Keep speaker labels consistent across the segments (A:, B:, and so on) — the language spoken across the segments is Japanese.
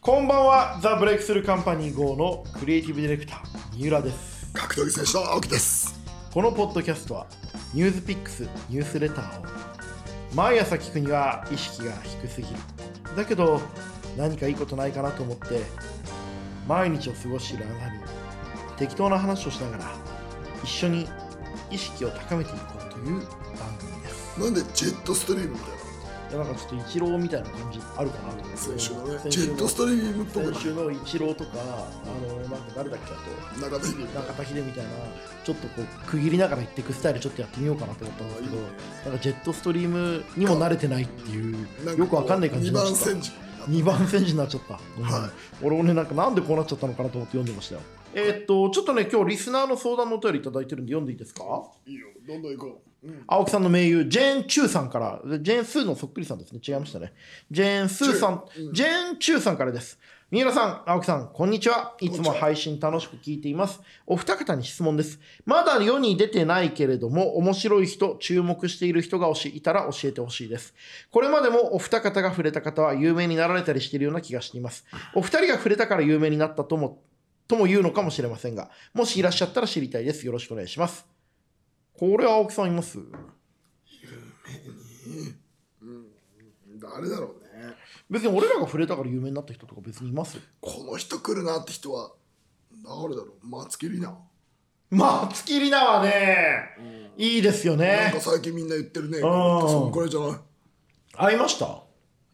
A: こんばんはザ・ブレイクスルーカンパニー GO のクリエイティブディレクター三浦です
B: 格闘技選手の青木です。
A: このポッドキャストはニュースピックスニュースレターを毎朝聞くには意識が低すぎるだけど何かいいことないかなと思って毎日を過ごしているあなたに適当な話をしながら一緒に意識を高めていこうという番組です
B: なんでジェットストリームみたい
A: いやなんかちょっとイチローみたいな感じあるかなと思って
B: な選手のね。
A: 先
B: ジ
A: 週
B: ェットストリームっぽ
A: 先
B: くない
A: 週のイチローとか、あのなんか誰だっけあと、
B: 中田秀みたいな
A: 中田秀みたいな、ちょっとこう区切りながら行っていくスタイル、ちょっとやってみようかなと思ったんですけど、なんかジェットストリームにも慣れてないっていう、
B: なん
A: よくわ かんない感じ
B: 二
A: になっ
B: 番
A: ちゃっ
B: 戦
A: た。
B: 時。
A: 2番選手になっちゃった、うん
B: は
A: 俺もねなんかなんでこうなっちゃったのかなと思って読んでましたよえーっとちょっとね今日リスナーの相談のお便りいただいてるんで読んでいいですか
B: い。いいよ。どんどん行こう。うん。
A: 青木さんの盟友ジェーン・チューさんからでジェーン・スーのそっくりさんですね違いましたねジェーン・スーさん
B: チューうん
A: ジェーン・チューさんからです三浦さん青木さんこんにちはいつも配信楽しく聞いていますお二方に質問ですまだ世に出てないけれども面白い人注目している人がおしいたら教えてほしいですこれまでもお二方が触れた方は有名になられたりしているような気がしていますお二人が触れたから有名になったともとも言うのかもしれませんがもしいらっしゃったら知りたいですよろしくお願いしますこれ青木さんいます
B: 誰だろうね。
A: 別に俺らが触れたから有名になった人とか別にいます
B: この人来るなって人は誰だろう。松木里奈。
A: まあ月里奈はね、いいですよ
B: なん
A: ね
B: か最近みんな言ってるね。
A: ー
B: そんくらいじゃない。
A: 会いました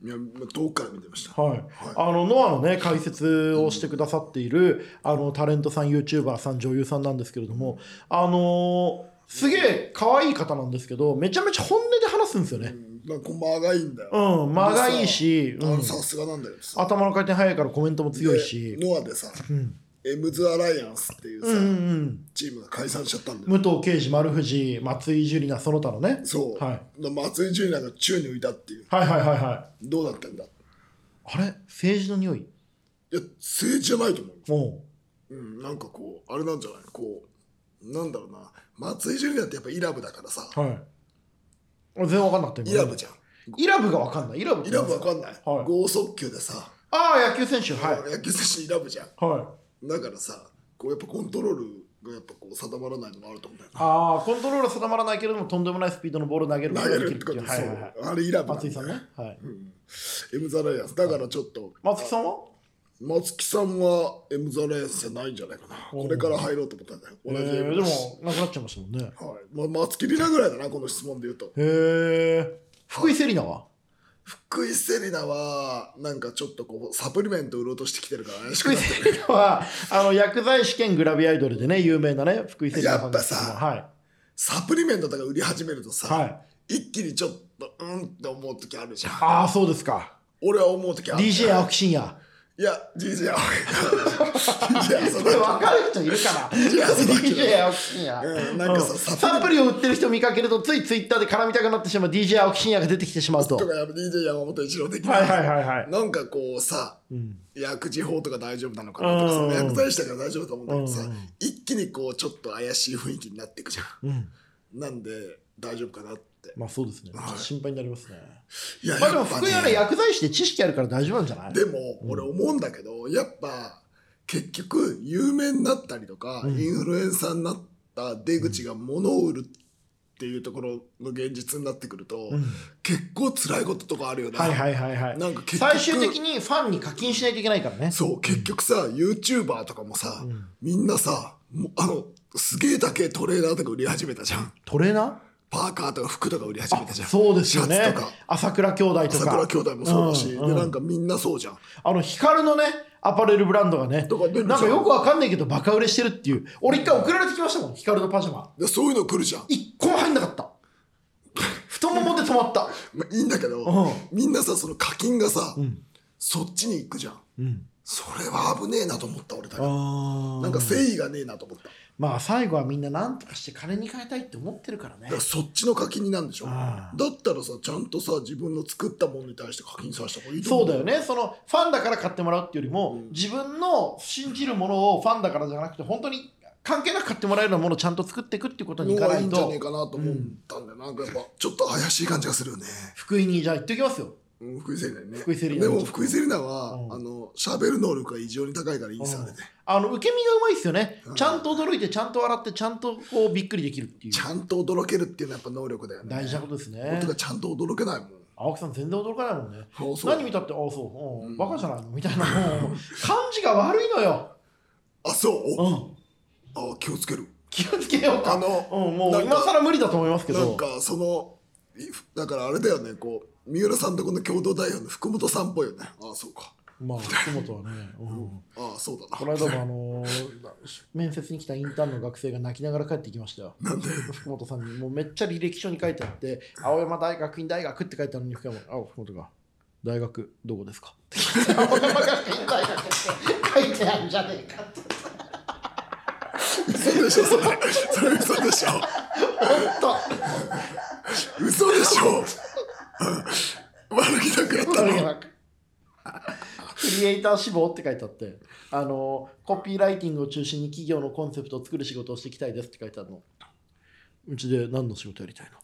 B: いや、遠くから見てました。
A: はい、あのノアのね解説をしてくださっている、あのタレントさん YouTuber さん女優さんなんですけれどもあのーすげえ可愛い方なんですけどめちゃめちゃ本音で話すんですよね
B: うんなんか間がいいんだよ。
A: うん間がいいし、
B: あ
A: う
B: の
A: ん、
B: さすがなんだよ。さ
A: 頭の回転早いからコメントも強いし
B: でノアでさ、エムズ・アライアンスっていうさ、
A: うんうん
B: チームが解散しちゃったんだ
A: 武
B: よ。
A: 藤敬司丸藤松井樹里奈その他のね
B: そう、
A: はい、
B: 松井純奈が宙に浮いたっていう
A: はいはいはいはい
B: どうだったんだい
A: あれ政治の匂い
B: や政治じゃないと思う、
A: も
B: うん、なんかこうあれなんじゃないこうなんだろうな松井純奈ってやっぱイラブだからさ
A: うはい俺全然分かんなかった
B: イラブじゃん
A: イラブが分かんないイラブ
B: イラブわかんない、
A: はい
B: 剛速球でさ、
A: ああ野球選手はい
B: 野球選手イラブじゃん
A: はい
B: だからさこうやっぱコントロールがやっぱこう定まらないのもあると思うんだよな
A: ああコントロールは定まらないけれどもとんでもないスピードのボールを投げること
B: 投
A: が
B: げ
A: でき
B: る
A: るっ
B: っ
A: てていう
B: ことで
A: は
B: そ
A: いはいはいう
B: あれイラブなんだ
A: 松井
B: よ
A: さんねはい
B: エムザライアンスだからちょっと
A: 松木さんは
B: 松木さんはエムザライアンスじゃないんじゃないかなこれから入ろうと思ったんだよ
A: え
B: 同じ
A: ー、
B: M
A: で
B: だ
A: も
B: し
A: なくなっちゃいましたもんね
B: はい、まあ、松木里奈ぐらいだな、この質問で言うと。
A: へえ福井セリナは
B: 福井セリナは、なんかちょっとこう、サプリメント売ろうとしてきてるから怪し
A: 福
B: くな
A: 井
B: って
A: セリナはあの薬剤師兼グラビアアイドルでね有名なね福井セリナさんですけども
B: やっ
A: はい
B: サプリメントとか売り始めるとさ、
A: はい
B: 一気にちょっと、うんって思う時あるじゃん。
A: ああそうですか
B: 俺は思う時ある。
A: DJ 青木真也
B: いや、DJ 青木。DJ
A: これ
B: そ
A: 分かる人いるかな
B: DJ 青木真也
A: DJ 青木真也
B: うん、なんかさ、
A: うん
B: サ
A: サプリを売ってる人見かけるとついツイッターで絡みたくなってしまう DJ 青木真也が出てきてしまうと
B: とかやっぱ DJ 山本一郎的な、
A: はいはいはいはい
B: なんかこうさ、
A: ん
B: 薬事法とか大丈夫なのかなとか、
A: うん
B: その薬剤師とか大丈夫と思うんだけどさ、
A: うん
B: 一気にこうちょっと怪しい雰囲気になっていくじゃん。
A: うん
B: なんで大丈夫かなって。
A: まあそうですね、
B: はい
A: 心配になりますね
B: いや
A: まあでも
B: やっぱ
A: 福井はね薬剤師で知識あるから大丈夫なんじゃない
B: でも俺思うんだけど、やっぱ結局有名になったりとか、インフルエンサーになった出口が物を売るっていうところの現実になってくると、結構辛いこととかあるよね。
A: はいはいはいはい
B: なんか結局
A: 最終的にファンに課金しないといけないからね
B: そう結局さ YouTuber とかもさ、みんなさもうあのすげえだけトレーナーとか売り始めたじゃん。
A: トレーナ
B: パーカーとか服とか売り始めたじ
A: ー
B: ゃん。
A: そうですよ
B: シャ
A: ね
B: ツとか
A: 朝倉兄弟と
B: 朝倉
A: か
B: 兄弟もそうだし、
A: うんうん
B: でなんかみんなそうじゃん。
A: あの光のねアパレルブランドがね
B: とか出るじゃん
A: なんかよくわかんないけどバカ売れしてるっていう俺一回送られてきましたもん光のパジャマ
B: でそういうの来るじゃん。
A: 一個も入んなかった太ももで止まった
B: まあ、いいんだけど、
A: う
B: みんなさその課金がさ、そっちに行くじゃん、それは危ねえなと思った俺だけ
A: あ
B: なんか誠意がねえなと思った、
A: まあ最後はみんな何とかして金に変えたいって思ってるからね
B: だからそっちの課金になんでしょ
A: あ
B: だったらさちゃんとさ自分の作ったものに対して課金させた方がいいと
A: そ
B: 思
A: うだよねそのファンだから買ってもらうっていうよりも、自分の信じるものをファンだからじゃなくて本当に関係なく買ってもらえるようなものをちゃんと作っていくっていうことにい
B: の
A: か
B: が
A: ない
B: い
A: い
B: んじゃ
A: と
B: ねえかなと思ったんだよ、なんかやっぱちょっと怪しい感じがするよね
A: 福井にじゃあ行ってきますよ
B: うん福井セリナにね
A: 福井セリナ
B: でも福井セリナは、
A: うん
B: あの喋る能力が異常に高いからいいですあれで、
A: あの受け身がうまいですよね、
B: うん
A: ちゃんと驚いてちゃんと笑ってちゃんとこうびっくりできるっていう
B: ちゃんと驚けるっていうのはやっぱ能力だよね
A: 大事なことです
B: 俺
A: ね
B: とかちゃんと驚けないもん
A: 青木さん全然驚かないもんね
B: そうそう
A: 何見たってああそう、うん
B: うん
A: バカじゃないのみたいな、うん感じが悪いのよ、
B: あそう
A: う
B: お
A: ん、
B: あ気をつける
A: 気をつけよう
B: あ
A: か、
B: の
A: うん、も
B: な
A: うん
B: か
A: 今更無理だと思いますけ
B: なん
A: ど
B: かそのいだからあれだよねこう三浦さんとこの共同代表の福本さんっぽいよねああそうか
A: まあ福本はね、うん、
B: ああそうだな
A: この間もあのー面接に来たインターンの学生が泣きながら帰ってきましたよ
B: なんで
A: 福本さんにもうめっちゃ履歴書に書いてあって青山大学院大学って書いてあるのに福山あ福本が大学どこですかって聞いて青山学院大学って書いてあるじゃねえかって
B: 嘘でしょそれそれ嘘でしょ
A: 本
B: 嘘でしょうん悪気なくやっ
A: 当
B: た
A: と
B: の
A: にかくクリエイター志望って書いてあってあのーコピーライティングを中心に企業のコンセプトを作る仕事をしていきたいですって書いてあるのうちで何の仕事やりたいの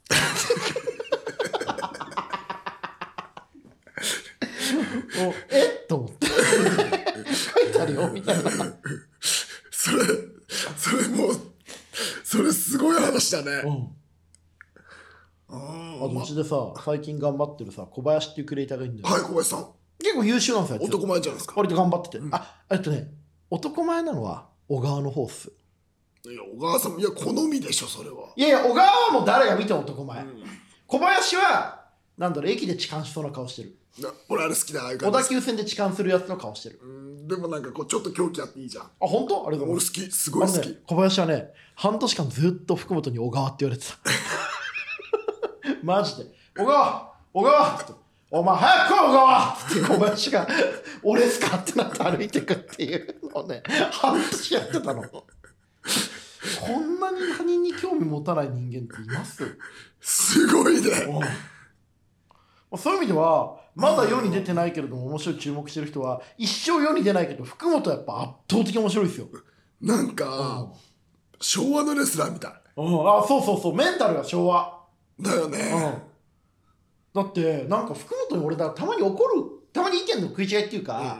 A: おえっと思って書いてあるよみたいな
B: それそれもうそれすごい話だね
A: うん
B: あ
A: あ
B: あ
A: とうちでさ最近頑張ってるさ小林っていうクリエイターがいるんだよ、
B: はい小林さん
A: 結構優秀なんですよあいつ
B: 男前じゃないですか
A: 割と頑張ってて、
B: うん
A: あえっとね男前なのは小川の方っす
B: いや小川さんもいや好みでしょそれはい
A: やいや小川はもう誰が見ても男前、
B: うん
A: 小林はなんだろう駅で痴漢しそうな顔してる
B: な俺あれ好きだああいう
A: 小
B: 感
A: 田
B: じ
A: 急線で痴漢するやつの顔してる
B: うんでもなんかこうちょっと狂気あっていいじゃん
A: あ本当あれが
B: 俺好きすごい好き
A: 小林はね半年間ずっと福本に小川って言われてた マジで小川小川ってお前早く来い小川って小林が「俺っすか?」ってなって歩いてくっていうのをね半年やってたのこんなに他人に興味持たない人間っています
B: すごいね
A: まあそういう意味ではまだ世に出てないけれども面白い注目してる人は一生世に出ないけど福本はやっぱ圧倒的に面白いですよ。
B: なんか昭和のレスラーみたい
A: うんあそうそうそうメンタルが昭和。
B: だよ
A: うん
B: ね
A: だってなんか福本に俺だたまに怒るたまに意見の食い違いっていうか、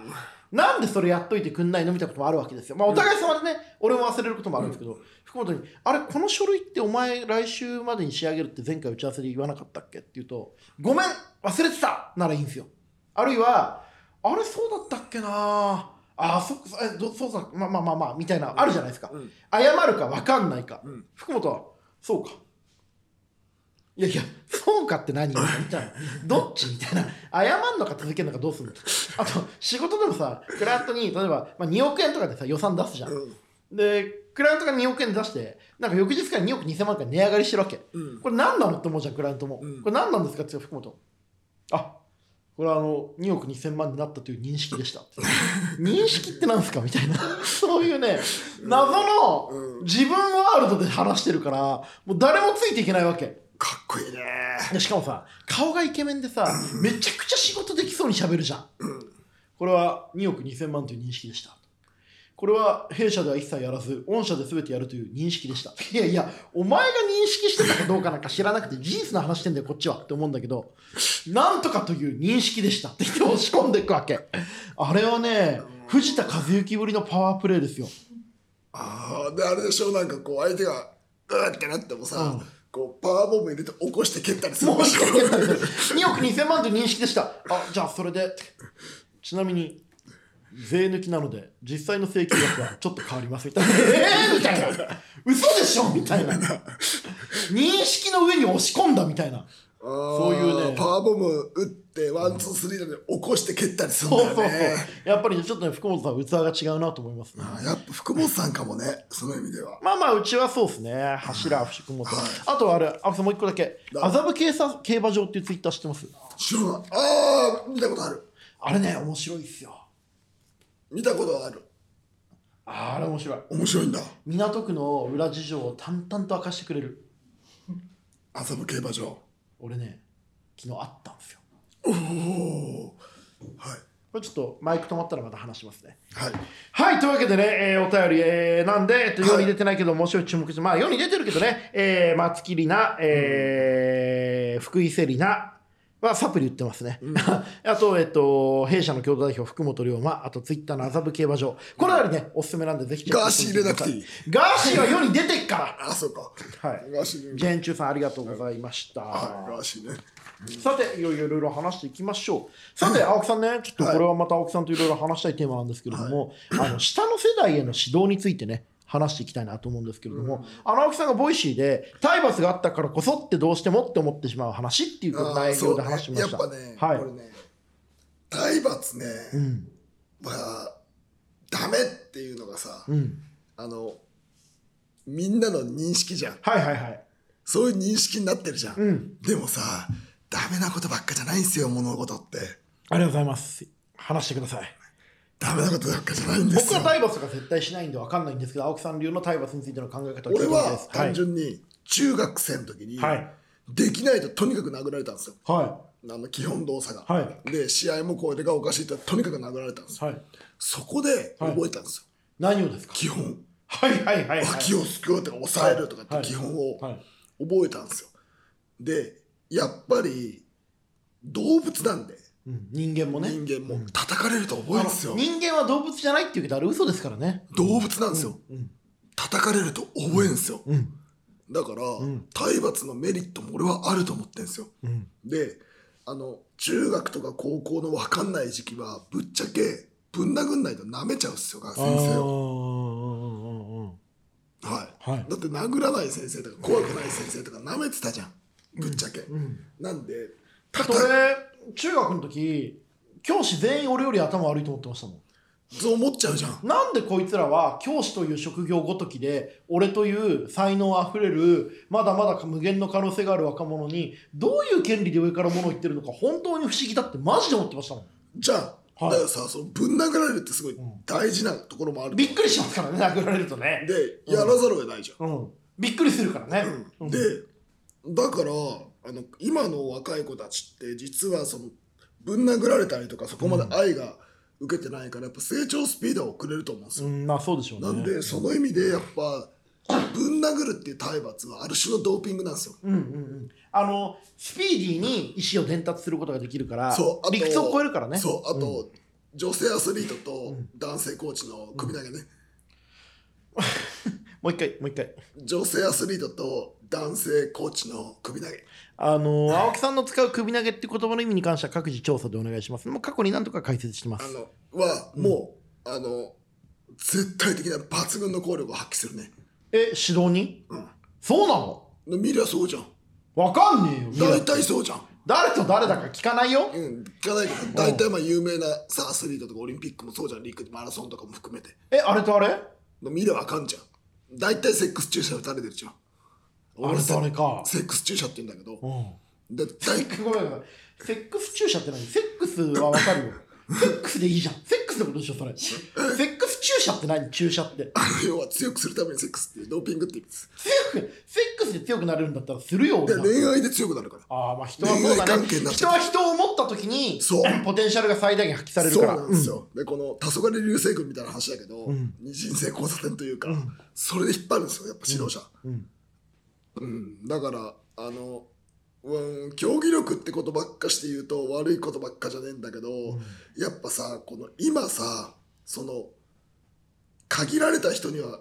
A: なんでそれやっといてくんないのみたいなこともあるわけですよ。まあお互い様でね、俺も忘れることもあるんですけど、福本に「あれこの書類ってお前来週までに仕上げるって前回打ち合わせで言わなかったっけ?」って言うと「ごめん忘れてた!」ならいいんですよ。あるいは「あれそうだったっけなああそっかえどそうだまあまあまあまあ」みたいなあるじゃないですか。
B: うんうん
A: 謝るか分かんないか、
B: うん
A: 福本は「そうか」いやいや、そうかって何みたいな。どっちみたいな。謝んのか続けるのかどうするのあと、仕事でもさ、クライアントに、例えば、まあ、2億円とかでさ、予算出すじゃん。
B: うん
A: で、クライアントが2億円出して、なんか翌日から2億2000万円から値上がりしてるわけ。
B: うん
A: これ何なのって思うじゃん、クライアントも。
B: うん
A: これ何なんですかって言うよ福本。あこれはあの2億2000万になったという認識でした。 認識ってなんですかみたいな。そういうね、謎の
B: うん
A: 自分ワールドで話してるから、もう誰もついていけないわけ。
B: かっこいいね
A: でしかもさ顔がイケメンでさめちゃくちゃ仕事できそうに喋るじゃん
B: うん
A: これは2億2000万という認識でしたこれは弊社では一切やらず御社で全てやるという認識でしたいやいやお前が認識してたかどうかなんか知らなくて事実の話してんだよこっちはって思うんだけどなんとかという認識でしたって言って押し込んでいくわけあれはね藤田和幸ぶりのパワープレーですよ
B: ああであれでしょなんかこう相手がうーってなってもさ、
A: うん
B: こうパワーボム入れて起こして蹴ったりする
A: もう
B: でし
A: 一
B: ょ
A: 回言ったんですよ2億2000万という認識でした。あじゃあそれで、ちなみに、税抜きなので、実際の請求額はちょっと変わりますみたいな。えー、みたいな。嘘でしょみたいな。認識の上に押し込んだみたいな。
B: そう
A: いうね
B: パワーボム打ってワンツースリーなので起こして蹴ったりするん
A: そうそう
B: だ
A: そう
B: よね。
A: やっぱりねちょっとね、福本さん、器が違うなと思いますね。
B: あーやっぱ福本さんかもねその意味では
A: まあまあ、うちはそうですね。柱、福本。
B: はい
A: あとあれ、あさんもう一個だけ。
B: だ
A: 麻布警察競馬場っていうツイッター知ってます
B: 知らないああ見たことある
A: あれね、面白いっすよ。
B: 見たことある
A: あれ面白い。
B: 面白いんだ
A: 港区の裏事情を淡々と明かしてくれる
B: 麻布競馬場
A: 俺ね昨日あったんですよ
B: おおはい
A: これちょっとマイク止まったらまた話しますね
B: はい
A: はいというわけでね、えーお便り、えーなんで、えっと、
B: はい
A: 世に出てないけど面白い注目してまあ世に出てるけどね、えー、松木里奈、えー福井セリナはサプリ売ってますね。
B: うん
A: あと、えっと、弊社の共同代表、福本龍馬、あと、ツイッターの麻布競馬場。このありね、おすすめなんで、ぜひチェッ
B: ガー
A: クし
B: シー
A: て
B: 入れ
A: みて
B: な
A: くださ
B: くて
A: い
B: いい。
A: ガーシーは世に出てっか
B: あ、そうか。
A: ら。はい。
B: ガーシー
A: ジ
B: ね。
A: ェンチューさん、ありがとうございました。
B: はい、ガーシーね。
A: さて、いろいろいろいろ話していきましょう。さて、青木さんね、ちょっとこれはまた青木さんといろいろ話したいテーマなんですけれども、あの下の世代への指導についてね、話していきたいなと思うんですけれども、あの青木さんがボイシーで、体罰があったからこそってどうしてもって思ってしまう話っていう
B: あー
A: 内
B: そ
A: 容
B: う
A: で
B: ね
A: 話してました。
B: やっぱね、
A: はい
B: これね、体罰ね、
A: うん
B: まあ、ダメっていうのがさ、
A: うん、
B: あの、みんなの認識じゃん。
A: はいはいはい。
B: そういう認識になってるじゃん。
A: うん、
B: でもさ、ダメなことばっかじゃないんですよ、物事って。
A: ありがとうございます。話してください。
B: ダメなことばっかじゃないんです
A: 僕は
B: よ。
A: 体罰とか絶対しないんでわかんないんですけど、青木さん流の体罰についての考え方を聞いて
B: 俺
A: みたいで
B: は
A: す。
B: 単純に中学生の時に、
A: はい。はい。
B: できないととにかく殴られたんですよ。
A: は
B: あの基本動作が。
A: は
B: で、試合もこれがおかしいってとにかく殴られたんです
A: い。
B: よ。
A: はい、
B: そこで覚えたんですよ。
A: 何をですか
B: 基本。
A: はいはいはい、はい。
B: 脇をすくうとか抑えるとかって基本を
A: はい
B: 覚えたんですよ。でやっぱり動物なんで
A: うん人間もね
B: 人間も叩かれると覚えるんですよ。
A: 人間は動物じゃないっていうけどあれ嘘ですからね
B: 動物なんですよ。
A: うん
B: 叩かれると覚えんすよ。
A: うん
B: だから
A: ん
B: 体罰のメリットも俺はあると思ってんすよ。
A: うん
B: であの中学とか高校の分かんない時期はぶっちゃけぶん殴んないと舐めちゃうっすよ先
A: あー
B: 生を。
A: うんうんうん
B: はい
A: はい
B: だって殴らない先生とか怖くない先生とか舐めてたじゃんぶっちゃけ、
A: うん
B: なんで
A: あと
B: 叩く
A: 俺中学の時教師全員俺より頭悪いと思ってましたも
B: そう思っちゃうじゃん
A: んなんでこいつらは教師という職業ごときで俺という才能あふれるまだまだ無限の可能性がある若者にどういう権利で上から物を言ってるのか本当に不思議だってマジで思ってましたもん
B: じゃあ、
A: はい
B: だからさそのぶん殴られるってすごい
A: ん
B: 大事なところもある
A: びっくりしますからね殴られるとね
B: でやらざるを得ないじゃ
A: うんびっくりするからね
B: ん、
A: う
B: うん
A: ん
B: でだからあの今の若い子たちって実はそのぶん殴られたりとかそこまで愛が受けてないからやっぱ成長スピードは遅れると思うんですよ、
A: うん、まあそうでしょうね。
B: なんでその意味でやっぱぶん殴るっていう体罰はある種のドーピングなんですよ
A: うんうんうん、あのスピーディーに意思を伝達することができるから
B: そうあと
A: 理屈を超えるからね
B: そうあ
A: うん
B: と、女性アスリートと男性コーチの首投げね、
A: もう一回もう一回
B: 女性アスリートと男性コーチの首投げ
A: あの、青木さんの使う首投げって言葉の意味に関しては各自調査でお願いしますもう過去に何とか解説してま
B: あ
A: す
B: のはもう、あの絶対的な抜群の効力を発揮するね
A: え指導に、そうなの
B: 見りゃそうじゃん
A: わかんねえよ見ろ
B: 大体そうじゃん、
A: 誰と誰だか聞かないよ
B: うん、聞かないけど大体まあ有名なさアスリートとかオリンピックもそうじゃん陸マラソンとかも含めて
A: えあれとあれ
B: 見りゃわかんじゃん大体セックス注射打たれてるじゃん
A: あれとあれか、
B: セックス注射って言うんだけど
A: うん、
B: だ大
A: ごめんごめんセックス注射って何セックスはわかるよセックスでいいじゃんセックスのことでしょそれセックス注射って何注射って
B: あの 要は強くするためにセックスっていうドーピングって意味です
A: 強くセックスで強くなれるんだったらするよ俺
B: で
A: は
B: 恋愛で強くなるから
A: ああまあ人はそう
B: 恋
A: だ
B: 愛
A: ね
B: 関係になっち
A: 人
B: ゃ
A: は人を持った時に
B: そう
A: ポテンシャルが最大限発揮される
B: そう
A: から
B: なんですよ、でこの「黄昏流星群」みたいな話だけど、
A: ん
B: 二人生交差点というか、それで引っ張るんですよやっぱ指導者、
A: うん
B: うんだからあの、うん、競技力ってことばっかして言うと悪いことばっかじゃねえんだけど、やっぱさこの今さその限られた人には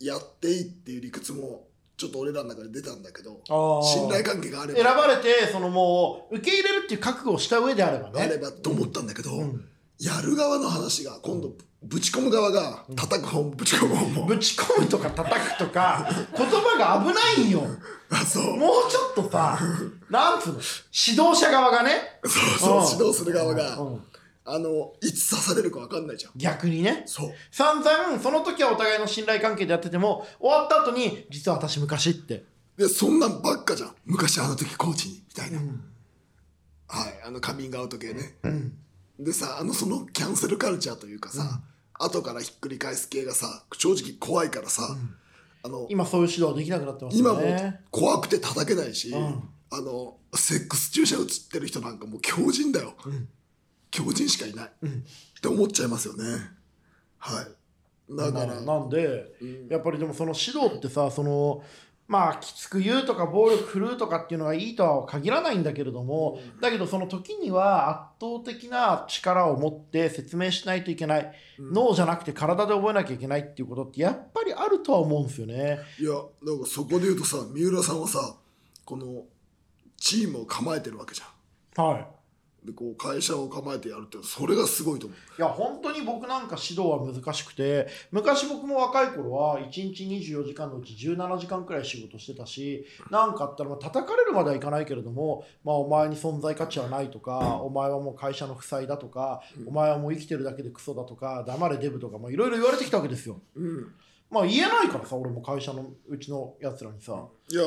B: やっていいっていう理屈もちょっと俺らの中で出たんだけど
A: あー
B: 信頼関係があれば
A: 選ばれてそのもう受け入れるっていう覚悟をした上であれば
B: あれ
A: ね
B: ばと思ったんだけど、
A: ん
B: やる側の話が今度ぶち込む側が叩く方もぶち込む方 も、
A: ぶち込むとか叩くとか言葉が危ないんよ
B: あそう
A: もうちょっとさなんつうの指導者側がね
B: そう
A: うん
B: そう指導する側が、
A: うん
B: あのいつ刺されるか分かんないじゃん
A: 逆にね
B: そう
A: 散々その時はお互いの信頼関係でやってても終わった後に実は私昔って
B: でそんなんばっかじゃん昔あの時コーチにみたいな、はいあのカミングアウト系ね、でさあのそのキャンセルカルチャーというかさ、後からひっくり返す系がさ正直怖いからさ、あの
A: 今そういう指導はできなくなってます
B: 今
A: よ
B: も
A: ね
B: う怖くて叩けない
A: ん
B: し、あのセックス注射打つってる人なんかもう狂人だよ、狂人しかいない、って思っちゃいますよねはいだ
A: な
B: から、
A: なんで、やっぱりでもその指導ってさそのまあきつく言うとか暴力振るうとかっていうのがいいとは限らないんだけれどもだけどその時には圧倒的な力を持って説明しないといけない
B: うん
A: 脳じゃなくて体で覚えなきゃいけないっていうことってやっぱりあるとは思うんですよね。
B: いやなんかそこで言うとさ三浦さんはさこのチームを構えてるわけじゃ
A: はい
B: んでこう会社を構えてやるってそれがすごいと思
A: いや本当に僕なんか指導は難しくて昔僕も若い頃は1日24時間のうち17時間くらい仕事してたし何かあったらまあ叩かれるまではいかないけれども、まあ、お前に存在価値はないとかお前はもう会社の負債だとかお前はもう生きてるだけでクソだとか黙れデブとかまあいろいろ言われてきたわけですよ。
B: う、うん、
A: まあ言えないからさ俺も会社のうちのやつらにさ。
B: いや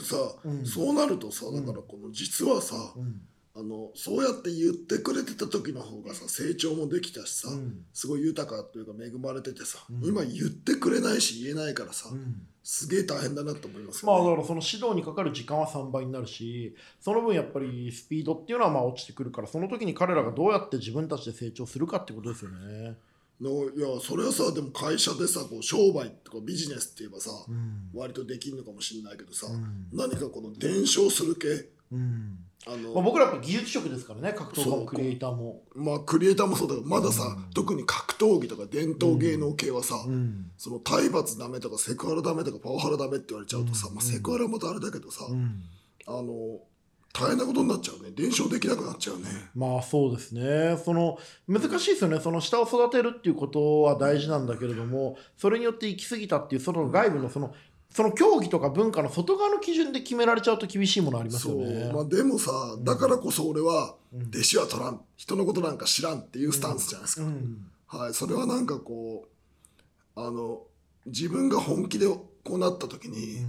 B: さ、
A: うん
B: そうなるとさ
A: うん
B: だからこの実はさ、
A: うん
B: あのそうやって言ってくれてた時の方がさ成長もできたしさ、
A: うん
B: すごい豊かというか恵まれててさ、
A: うん
B: 今言ってくれないし言えないからさ、
A: うん
B: すげえ大変だなと思いま す
A: まあ
B: よ、
A: だ
B: ね
A: からその指導にかかる時間は3倍になるしその分やっぱりスピードっていうのはまあ落ちてくるからその時に彼らがどうやって自分たちで成長するかってことですよね。
B: のいやそれはさでも会社でさこう商売とかビジネスって言えばさ、
A: うん
B: 割とできんのかもしれないけどさ、
A: うん
B: 何かこの伝承する系
A: うん
B: あの、
A: まあ、僕らやっぱ技術職ですからね格闘家もクリエイターも。
B: まあクリエイターもそうだけどまださ、
A: うん
B: 特に格闘技とか伝統芸能系はさ、
A: うん
B: その体罰ダメとかセクハラダメとかパワハラダメって言われちゃうとさ、
A: うん
B: まあ、セクハラまたあれだけどさ、
A: うん
B: あの大変なことになっちゃうね伝承できなくなっちゃうね
A: まあそうですねその難しいですよねその下を育てるっていうことは大事なんだけれどもそれによって行き過ぎたっていうその外部のそのその競技とか文化の外側の基準で決められちゃうと厳しいものあります
B: そ
A: よね。
B: う、まあ、でもさだからこそ俺は
A: うん
B: 弟子は取らん人のことなんか知らんっていうスタンスじゃないですか、
A: うん
B: はい、それはなんかこうあの自分が本気でこうなった時
A: う
B: に、
A: ん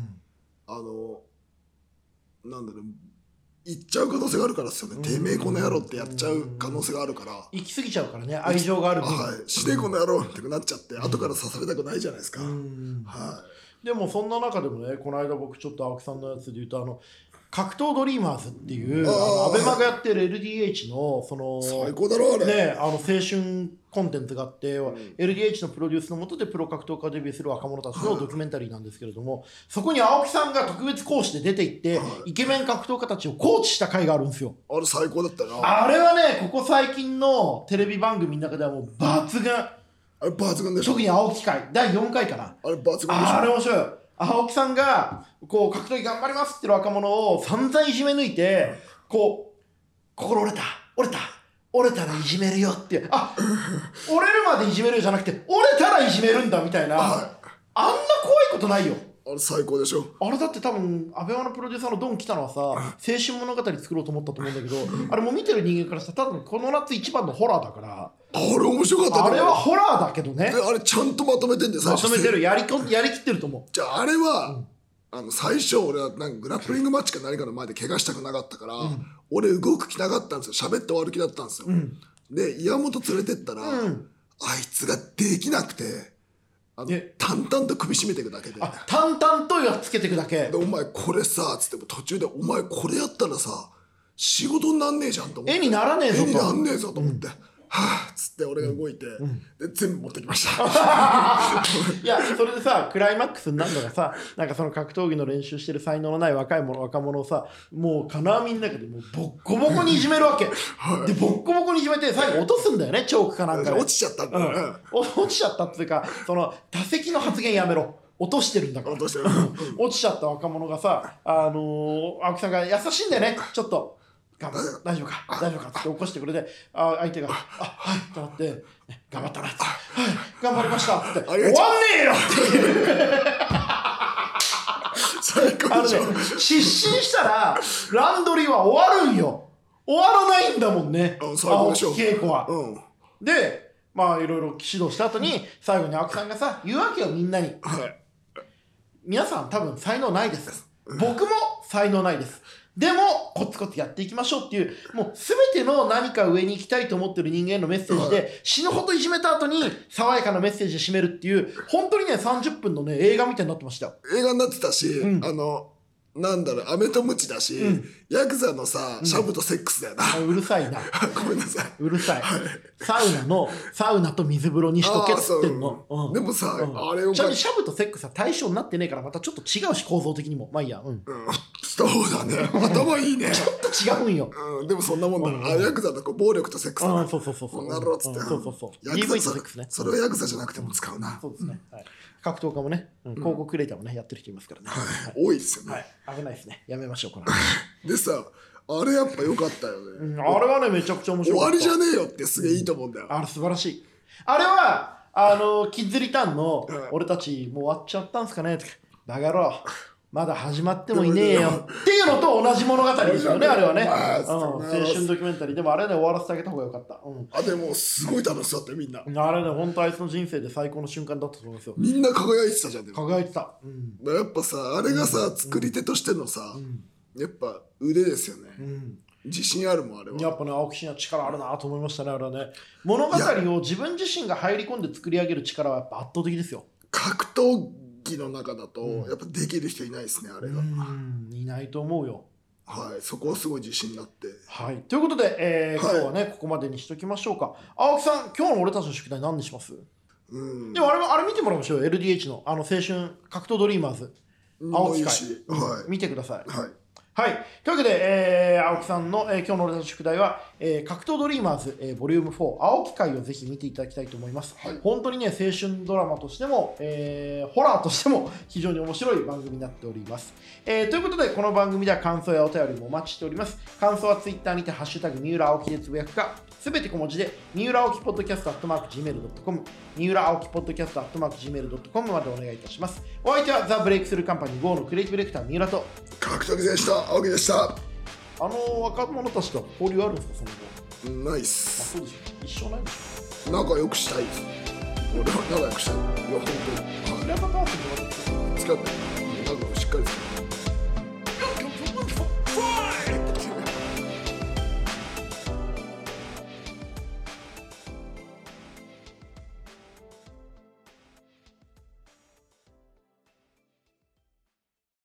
B: あのなんだろう言っちゃう可能性があるからですよね、
A: うん
B: てめえこの野郎ってやっちゃう可能性があるから、
A: 行き過ぎちゃうからね愛情がある分、
B: はい、死ねこの野郎ってなっちゃって、後から刺されたくないじゃないですか、
A: うん
B: は
A: でもそんな中でもねこの間僕ちょっと青木さんのやつで言うとあの格闘ドリーマーズっていう
B: あー
A: あのアベマがやってる LDH のその
B: い、最高だろあれ、
A: ね、あの青春コンテンツがあって、
B: ん
A: LDH のプロデュースのもとでプロ格闘家デビューする若者たちのドキュメンタリーなんですけれども、そこに青木さんが特別講師で出て行って、
B: は
A: イケメン格闘家たちをコーチした回があるんですよ。
B: あれ最高だったなあ
A: あれはねここ最近のテレビ番組の中ではもう抜群
B: れ抜群でしょ
A: 特に青木会第4回かな
B: あれ抜群でしょ
A: あれ面白い青木さんがこう格闘技頑張りますってる若者を散々いじめ抜いてこう心折れた折れた折れたらいじめるよっていうあ折れるまでいじめるよじゃなくて折れたらいじめるんだみたいな、
B: は
A: あんな怖いことないよ
B: い、あれ最高でしょ
A: あれだって多分アベマのプロデューサーのドン来たのはさ青春物語作ろうと思ったと思うんだ けどあれもう見てる人間からしたら多分この夏一番のホラーだから
B: あれ面白かった
A: あれは
B: は
A: ホラーだけどね
B: あれちゃんとまとめてんで最
A: ま
B: 初
A: とめてるやりこやりきってると思う
B: じゃああれは、あの最初俺はなんかグラップリングマッチか何かの前で怪我したくなかったから、俺動く気なかったんですよ喋って終わる気だったんですよ、
A: ん
B: で岩本連れてったら、
A: うん
B: あいつができなくてあの
A: え
B: 淡々と首絞めていくだけで
A: あ淡々とやっつけていくだけ
B: でお前これさ」っつっても途中で「お前これやったらさ仕事になんねえじゃん」と思っ
A: 絵
B: て
A: にならねえぞ
B: 絵にな
A: と
B: んねえぞと思って「はあ」っつって俺が動いて、で全部持ってきました
A: いやそれでさクライマックスになるのがさなんかその格闘技の練習してる才能のない若い者若者をさもう金網の中でもうボッコボコにいじめるわけ、でボッコボコにいじめて最後落とすんだよねチョークかなんかで
B: 落ちちゃったんだよね、
A: うん、落ちちゃったっていうかその打席の発言やめろ落としてるんだから
B: 落としてるうん
A: 落ちちゃった若者がさ、あのー青木さんが優しいんだよね、ちょっと、頑張っ大丈夫か、大丈夫かって起こしてくれて、あ相手が、あはいってなって、頑張ったなって、はい、頑張りましたって、終わんねえよっていう、
B: 最
A: あ
B: 高
A: の
B: でし
A: ね
B: ょ、
A: 失神したら、ランドリーは終わるんよ、終わらないんだもんね、
B: うん最高でしょ
A: 青木恵子は。
B: うん
A: で、まあ、いろいろ指導した後に、最後に青木さんがさ、言うわけよ、みんなに。
B: はい
A: 皆さん多分才能ないです僕も才能ないですでもコツコツやっていきましょうっていうもう全ての何か上に行きたいと思ってる人間のメッセージ
B: は
A: で死ぬほどいじめた後に爽やかなメッセージで締めるっていう本当にね30分のね映画みたいになってましたよ
B: 映画になってたし、
A: ん
B: あのなんだろう、飴とムチだし、
A: うん
B: ヤクザのさ、シャブとセックスだよな。
A: あうるさいな
B: ごめんなさい。
A: うるさい
B: はい。
A: サウナのサウナと水風呂にしとけっ
B: あー
A: つ
B: そ
A: っ
B: う
A: てんの、うん
B: でもさ、
A: うん
B: あれを
A: ちなみに
B: か
A: シャブとセックスは対象になってねえからまたちょっと違うし構造的にもまあいいやうん
B: うん、そうだね。頭いいね。
A: ちょっと違うんよ
B: うん、でもそんなもんだな、
A: うん
B: あヤクザだと暴力とセックスだ
A: あ
B: な
A: あそうそうそうそう
B: こんなろっつって
A: うんそうそうそう
B: ヤク
A: DV
B: ザ
A: と
B: そ
A: セックスね
B: それはヤクザじゃなくても使うな、
A: そうですね、はい、格闘家もね、うん広告クリエイターもねやってる人いますからね、はい
B: 多いですよね、
A: はい、危ないですねやめましょうこ の話、
B: でさあれやっぱ良かったよね、
A: うん、あれはねめちゃくちゃ面
B: 終
A: 白か
B: わ
A: った
B: りじゃねえよってすげえいいと思うんだよ、
A: あれ素晴らしいあれはあのキッズリターンの
B: うん
A: 俺たちもう終わっちゃったんすかねとかだがろまだ始まってもいねえよっていうのと同じ物語ですよねあれはね、
B: まあ
A: うん、青春ドキュメンタリーでもあれで終わらせてあげた方がよかった、うん
B: あでもすごい楽しそうだったよみんな
A: あれね、本当あいつの人生で最高の瞬間だったと思いますよ。
B: みんな輝いてたじゃんでも
A: 輝いてた。うん。
B: やっぱさあれがさ作り手としてのさ、
A: うん。
B: やっぱ腕ですよね、
A: うん。
B: 自信あるもんあれは
A: やっぱね、青木真也力あるなと思いましたね、あれはね。物語を自分自身が入り込んで作り上げる力はやっぱ圧倒的ですよ。
B: 格闘技の中だと、
A: うん
B: やっぱできる人いないですねあ
A: う
B: れが、
A: ん。いないと思うよ。
B: はいそこはすごい自信になって
A: はい。ということで、えー
B: はい
A: 今日はね、ここまでにしときましょうか。青木さん、今日の俺たちの宿題何にします
B: うん
A: でもあれも、あれ見てもらいましょうよ。LDH の、あの、青春格闘ドリーマーズ。青木
B: もういい
A: 会
B: し。は
A: 見てください
B: い。。はい。
A: はい。というわけで、えー青木さんの、えー今日の俺たちの宿題は、えー格闘ドリーマーズ、えーボリューム4、青木会をぜひ見ていただきたいと思います。
B: はい
A: 本当にね、青春ドラマとしても、えーホラーとしても 非常に面白い番組になっております。えーということで、この番組では感想やお便りもお待ちしております。感想は Twitter にて、ハッシュタグ、三浦青木でつぶやくか、すべて小文字で、三浦青木ポッドキャストアットマーク Gmail.com、三浦青木ポッドキャストアットマーク Gmail.com までお願いいたします。お相手は、ザ・ブレイクスルーカンパニー GO のクリエイティブディレクター、三浦と、
B: 格闘技選手と青木でした。
A: あの若者たちと交流あるんですか、その後。
B: ナイ
A: あ、そ
B: ス。
A: うでしょ。一生ないんでしょ。
B: 仲良くしたいです。俺は仲良くしたい。いや、本当に。
A: 平田パーソンにまた来て
B: はい。使って。仲良くしっかりする。